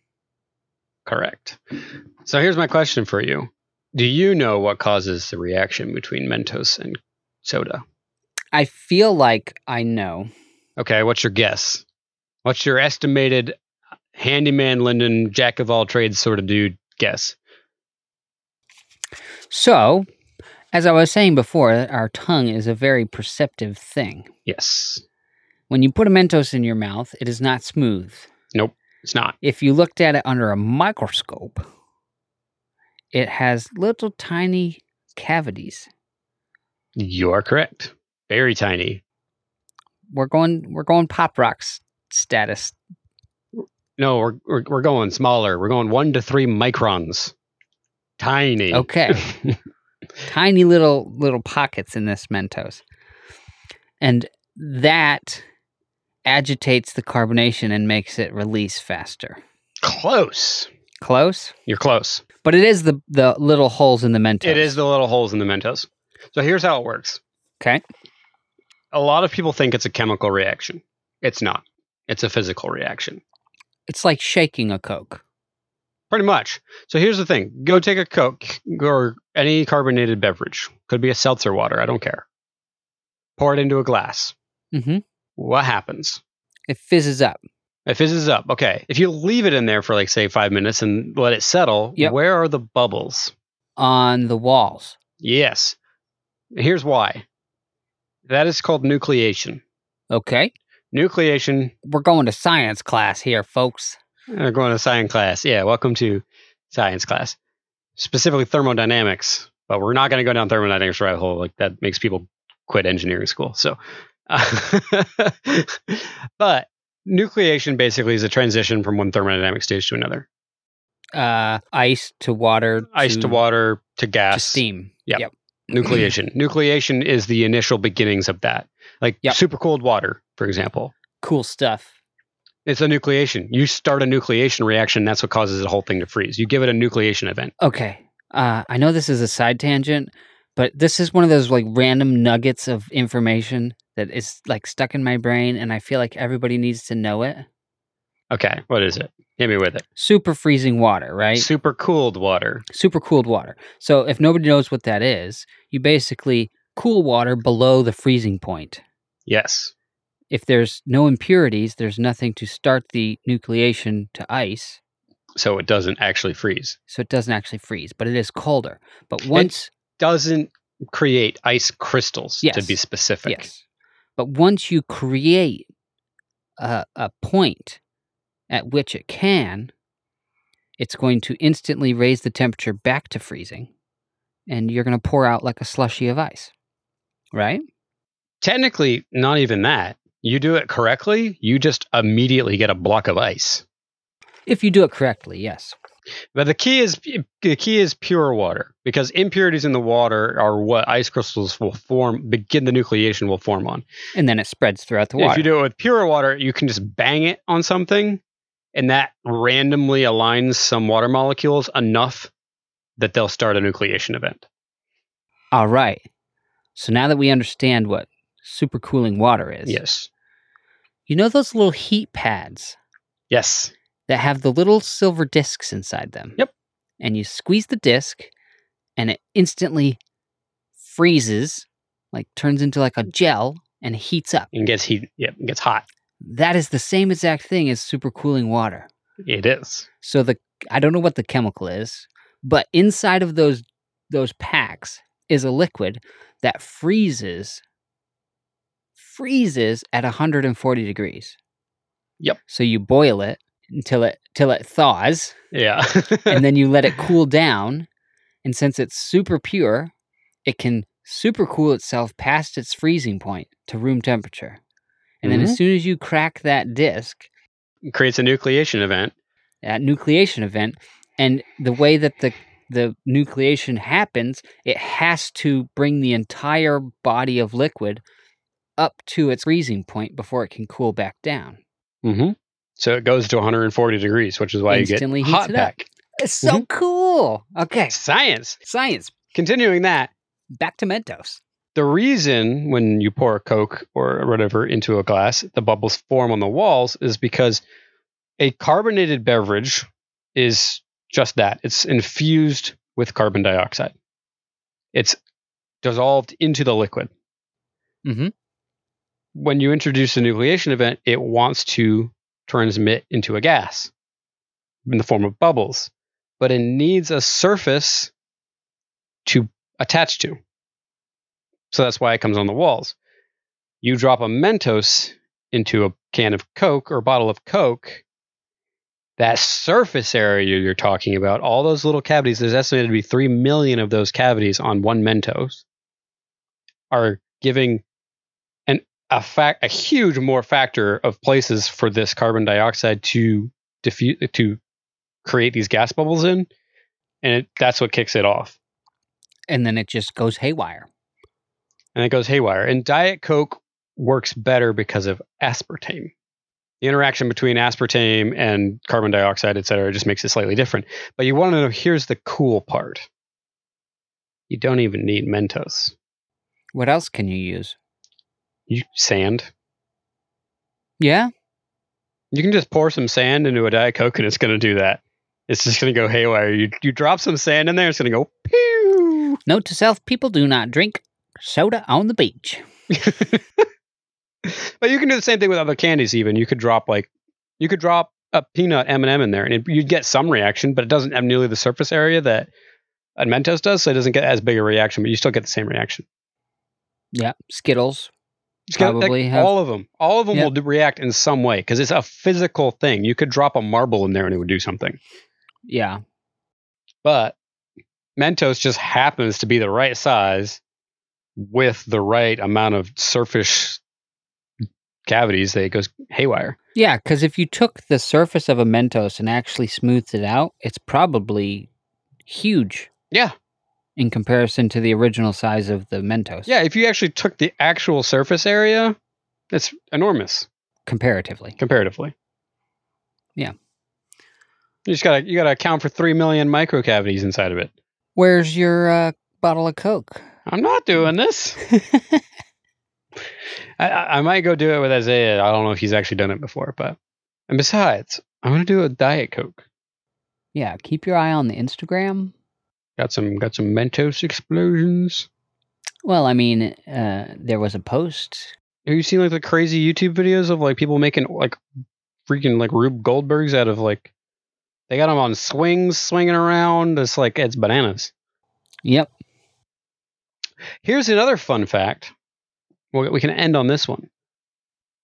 Correct. So here's my question for you. Do you know what causes the reaction between Mentos and soda? I feel like I know. Okay, what's your guess? What's your estimated handyman Linden jack of all trades sort of dude guess? So, as I was saying before, our tongue is a very perceptive thing. Yes. When you put a Mentos in your mouth, it is not smooth. It's not. If you looked at it under a microscope, it has little tiny cavities. You are correct. Very tiny. We're going we're going pop rocks status No, we're we're, we're going smaller. We're going 1 to 3 microns. Tiny. Okay. tiny little little pockets in this Mentos. And that agitates the carbonation and makes it release faster. Close. Close? You're close. But it is the the little holes in the Mentos. It is the little holes in the Mentos. So here's how it works. Okay. A lot of people think it's a chemical reaction. It's not. It's a physical reaction. It's like shaking a Coke. Pretty much. So here's the thing. Go take a Coke or any carbonated beverage. Could be a seltzer water, I don't care. Pour it into a glass. Mm-hmm. What happens? It fizzes up. It fizzes up. Okay. If you leave it in there for like say 5 minutes and let it settle, Yep. where are the bubbles? on the walls. Yes. Here's why. That is called nucleation. Okay. Nucleation We're going to science class here, folks. They're going to science class. Yeah, welcome to science class, specifically thermodynamics. But we're not going to go down thermodynamics rabbit hole. Like that makes people quit engineering school. So, uh, but nucleation basically is a transition from one thermodynamic stage to another. Uh, ice to water, Ice to water to to gas. Hmm. steam. Yep. Nucleation. nucleation is the initial beginnings of that. Like Yep. super cold water, for example. Cool stuff. It's a nucleation. You start a nucleation reaction. That's what causes the whole thing to freeze. You give it a nucleation event. Okay. Uh, I know this is a side tangent, but this is one of those like random nuggets of information that is like stuck in my brain, and I feel like everybody needs to know it. Okay, what is it? Hit me with it. Super freezing water, right? Super cooled water. Super cooled water. So if nobody knows what that is, you basically cool water below the freezing point. Yes. if there's no impurities, there's nothing to start the nucleation to ice, So it doesn't actually freeze. so it doesn't actually freeze, but it is colder. But once Doesn't create ice crystals to Yes. be specific. yes, but once you create a, a point at which it can, it's going to instantly raise the temperature back to freezing, and you're going to pour out like a slushy of ice, right? Technically, not even that. You do it correctly, you just immediately get a block of ice. If you do it correctly, yes. But the key is the key is pure water because impurities in the water are what ice crystals will form begin the nucleation will form on. And then it spreads throughout the water. If you do it with pure water, you can just bang it on something, and that randomly aligns some water molecules enough that they'll start a nucleation event. All right. So now that we understand what supercooling water is, Yes. You know those little heat pads Yes. that have the little silver discs inside them? Yep. And you squeeze the disc and it instantly freezes, like turns into like a gel and heats up. And gets heat. Yep. Gets hot. That is the same exact thing as supercooling water. It is. So the I don't know what the chemical is, but inside of those those packs is a liquid that freezes freezes at 140 degrees. Yep. So you boil it, until it till it thaws, Yeah. and then you let it cool down. And since it's super pure, it can super cool itself past its freezing point to room temperature. And then as soon as you crack that disk, Creates a nucleation event. that nucleation event, and the way that the the nucleation happens, it has to bring the entire body of liquid up to its freezing point before it can cool back down. Mm-hmm. So it goes to 140 degrees, which is why Instantly you heats get hot it up. pack. It's so cool. Okay, Science. science. Continuing that, Back to Mentos. the reason when you pour a Coke or whatever into a glass, the bubbles form on the walls is because a carbonated beverage is just that. It's infused with carbon dioxide. It's dissolved into the liquid. Mhm. When you introduce a nucleation event, it wants to transmit into a gas in the form of bubbles, but it needs a surface to attach to. So that's why it comes on the walls. You drop a Mentos into a can of Coke or bottle of Coke, that surface area you're talking about, all those little cavities, there's estimated to be 3 million of those cavities on one Mentos, are giving an, a, fac- a huge more factor of places for this carbon dioxide to diffuse, to create these gas bubbles in. And it, that's what kicks it off. And then it just goes haywire. and it goes haywire. And Diet Coke works better because of aspartame. The interaction between aspartame and carbon dioxide, et cetera, just makes it slightly different. But you want to know here's the cool part you don't even need Mentos. What else can you use? You sand. Yeah, You can just pour some sand into a Diet Coke and it's going to do that. It's just going to go haywire. You, you drop some sand in there, it's going to go pew. Note to self people do not drink soda on the beach. But you can do the same thing with other candies. Even you could drop like you could drop a peanut M and m in there, and it, you'd get some reaction, but it doesn't have nearly the surface area that a Mentos does, so it doesn't get as big a reaction, but you still get the same reaction. Yeah, Skittles. It's got, Probably like, have- all of them. All of them Yeah. will do, react in some way because it's a physical thing. You could drop a marble in there and it would do something, Yeah. but Mentos just happens to be the right size with the right amount of surface cavities that it goes haywire. Yeah, because if you took the surface of a Mentos and actually smoothed it out, it's probably huge Yeah, in comparison to the original size of the Mentos. Yeah, if you actually took the actual surface area, it's enormous Comparatively. comparatively. Yeah. You just gotta you gotta account for three million microcavities inside of it. Where's your uh, bottle of Coke? I'm not doing this. I, I I might go do it with Isaiah. I don't know if he's actually done it before, but and besides, I'm gonna do a diet coke. yeah, keep your eye on the Instagram. Got some got some Mentos explosions. Well, I mean, uh, there was a post. Have you seen like the crazy YouTube videos of like people making like freaking like Rube Goldbergs out of like they got them on swings swinging around. It's like it's bananas. Yep. Here's another fun fact. Well, we can end on this one.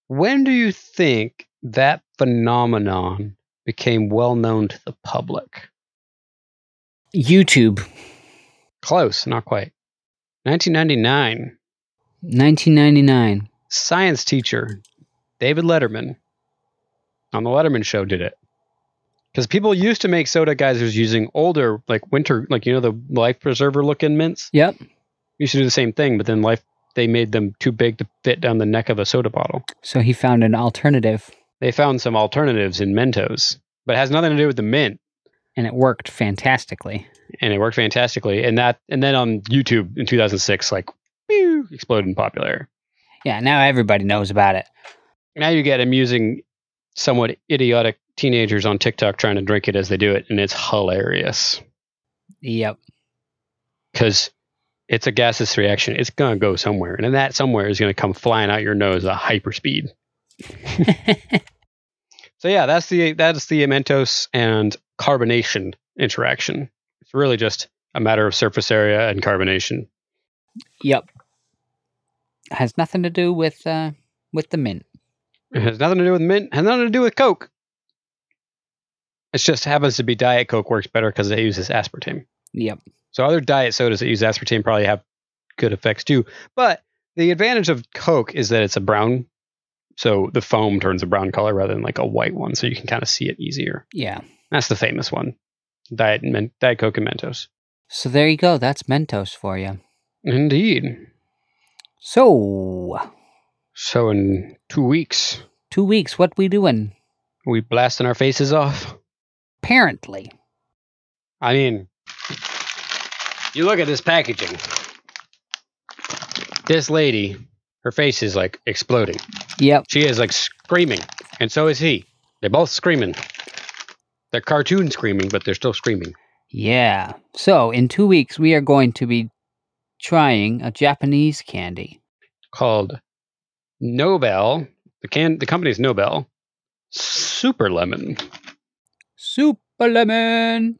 When do you think that phenomenon became well known to the public? YouTube, Close, not quite. 1999. 1999. Science teacher David Letterman on the Letterman show did it. Because people used to make soda geysers using older, like winter, like you know the life preserver looking mints. Yep. You should do the same thing, but then life they made them too big to fit down the neck of a soda bottle. So he found an alternative they found some alternatives in Mentos, but it has nothing to do with the mint, and it worked fantastically. and it worked fantastically. And that, and then on YouTube in 2006, like, pew, exploded in popular. Yeah, now everybody knows about it. Now you get amusing, somewhat idiotic teenagers on TikTok trying to drink it as they do it, and it's hilarious Yep. because it's a gaseous reaction. It's gonna go somewhere, and then that somewhere is gonna come flying out your nose at hyperspeed. So yeah, that's the that's the Mentos and carbonation interaction. It's really just a matter of surface area and carbonation. yep. Has nothing to do with uh with the mint. It has nothing to do with mint. Has nothing to do with Coke. It just happens to be Diet Coke works better because it uses aspartame. Yep. So other diet sodas that use aspartame probably have good effects too. But the advantage of Coke is that it's a brown, so the foam turns a brown color rather than like a white one, so you can kind of see it easier. Yeah. That's the famous one, Diet Men- Diet Coke and Mentos. So there you go. That's Mentos for you. Indeed. So So in two weeks, two weeks. What we doing? we blasting our faces off. Apparently. I mean, you look at this packaging. This lady, her face is like exploding. Yep. She is like screaming, and so is he. They're both screaming. They're cartoon screaming, but they're still screaming. Yeah. So in two weeks we are going to be trying a Japanese candy. Called Nobel. The can the company's Nobel Super Lemon. Super lemon.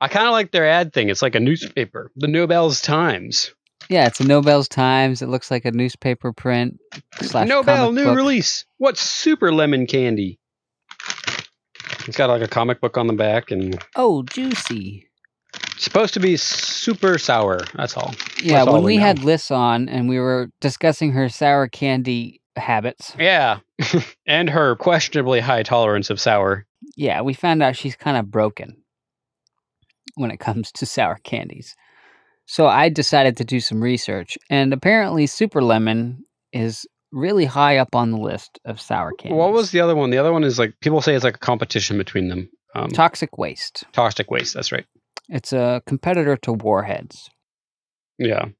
I kind of like their ad thing. It's like a newspaper. The Nobel's Times. Yeah, it's a Nobel's Times. It looks like a newspaper print slash Nobel comic new book. release. What's Super Lemon Candy? It's got like a comic book on the back and Oh, juicy. supposed to be super sour. That's all. Yeah, That's all when we we know. had Liz on and we were discussing her sour candy habits, Yeah. and her questionably high tolerance of sour. yeah, we found out she's kind of broken when it comes to sour candies. So I decided to do some research, and apparently, super lemon is really high up on the list of sour candies. What was the other one? The other one is like people say it's like a competition between them. Um, toxic waste? toxic waste. That's right. It's a competitor to warheads. Yeah. I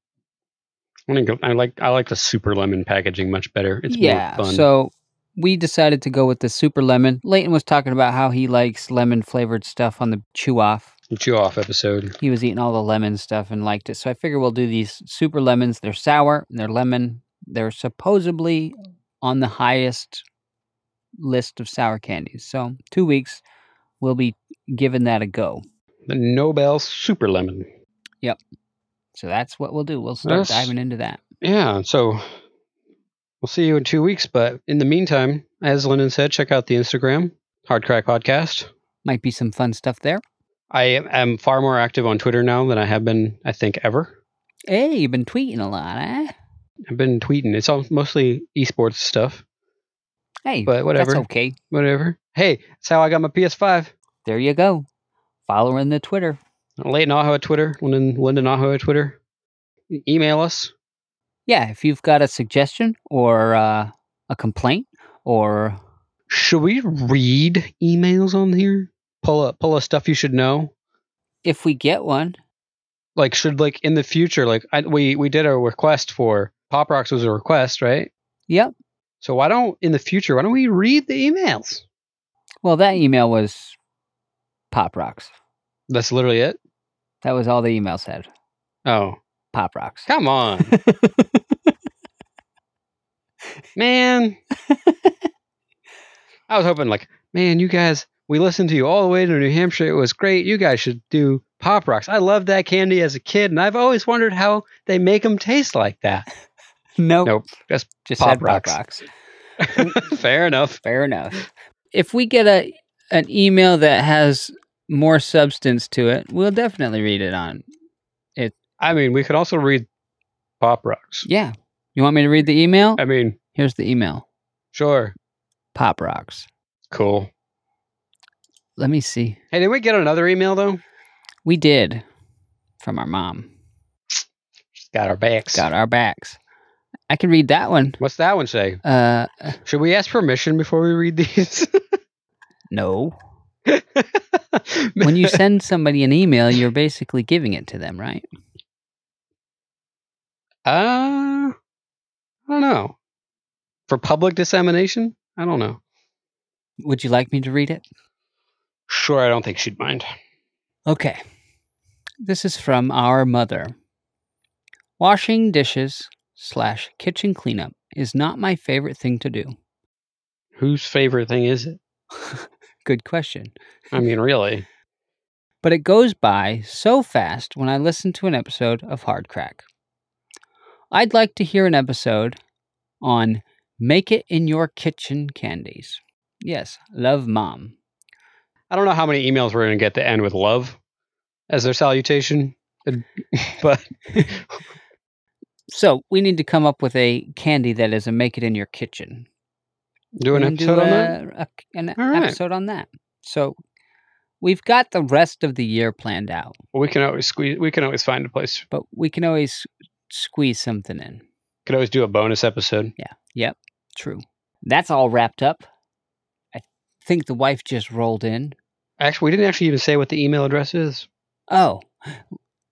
wanna go- I like I like the super lemon packaging much better. It's yeah. more fun. So we decided to go with the super lemon. Leighton was talking about how he likes lemon flavored stuff on the chew off. chew off episode. He was eating all the lemon stuff and liked it. So I figure we'll do these super lemons. They're sour, they're lemon. They're supposedly on the highest list of sour candies. So two weeks, we'll be giving that a go. The Nobel Super Lemon. So that's what we'll do. We'll start That's- diving into that. Yeah, so we'll see you in two weeks. But in the meantime, as Lennon said, check out the Instagram, Hardcrack Podcast. Might be some fun stuff there. I am far more active on Twitter now than I have been, I think, ever. Hey, you've been tweeting a lot, eh? I've been tweeting. It's all mostly esports stuff, Hey, but whatever. that's okay. Whatever. Hey, that's how I got my PS5. There you go. Following the Twitter. Leighton Aho at Twitter, Lyndon, Lyndon Aho at Twitter. E- Email us. Yeah, if you've got a suggestion or uh, a complaint or Should we read emails on here? Pull up, pull up stuff you should know. if we get one, Like, should like in the future, like I, we we did a request for Pop Rocks was a request, right? yep. So why don't in the future, why don't we read the emails? Well, that email was Pop Rocks. That's literally it. That was all the email said. Oh, Pop Rocks. come on, man. I was hoping like, man, you guys, we listened to you all the way to New Hampshire. It was great. You guys should do Pop Rocks. I loved that candy as a kid, and I've always wondered how they make them taste like that. nope. Nope, just Just Pop said Rocks. Pop Rocks. Fair enough. Fair enough. If we get a an email that has more substance to it, we'll definitely read it on. I mean, we could also read Pop Rocks. Yeah. You want me to read the email? I mean, Here's the email. sure, Pop Rocks. cool. Let me see. Hey, did we get another email though? We did from our mom. Got our backs. Got our backs. I can read that one. What's that one say? Uh, Should we ask permission before we read these? no. When you send somebody an email, you're basically giving it to them, right? Uh, I don't know. For public dissemination? I don't know. Would you like me to read it? Sure, I don't think she'd mind. Okay. This is from our mother. Washing dishes slash kitchen cleanup is not my favorite thing to do. Whose favorite thing is it? Good question. I mean, really. but it goes by so fast when I listen to an episode of Hard Crack. I'd like to hear an episode on Make It in Your Kitchen Candies. Yes, love mom. I don't know how many emails we're going to get that end with love as their salutation, but So we need to come up with a candy that is a make it in your kitchen. do an We're gonna episode do on that. a- a- an All right. episode on that. So we've got the rest of the year planned out, We can always squeeze. We can always find a place. but we can always squeeze something in. Could always do a bonus episode. True. That's all wrapped up. I think the wife just rolled in. Actually, we didn't actually even say what the email address is. Oh,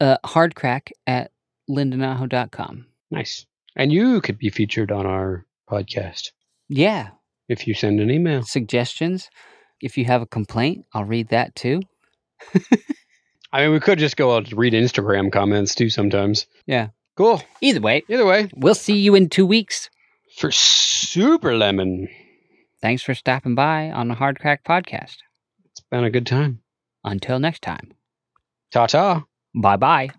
uh, hardcrack at lindanaho.com. Nice. And you could be featured on our podcast Yeah. if you send an email. Suggestions. If you have a complaint, I'll read that too. I mean, we could just go out and read Instagram comments too sometimes. Yeah. Cool. Either way, Either way, we'll see you in two weeks. for Super Lemon, Thanks for stopping by on the Hardcrack Podcast. it's been a good time. Until next time, Ta ta. bye bye.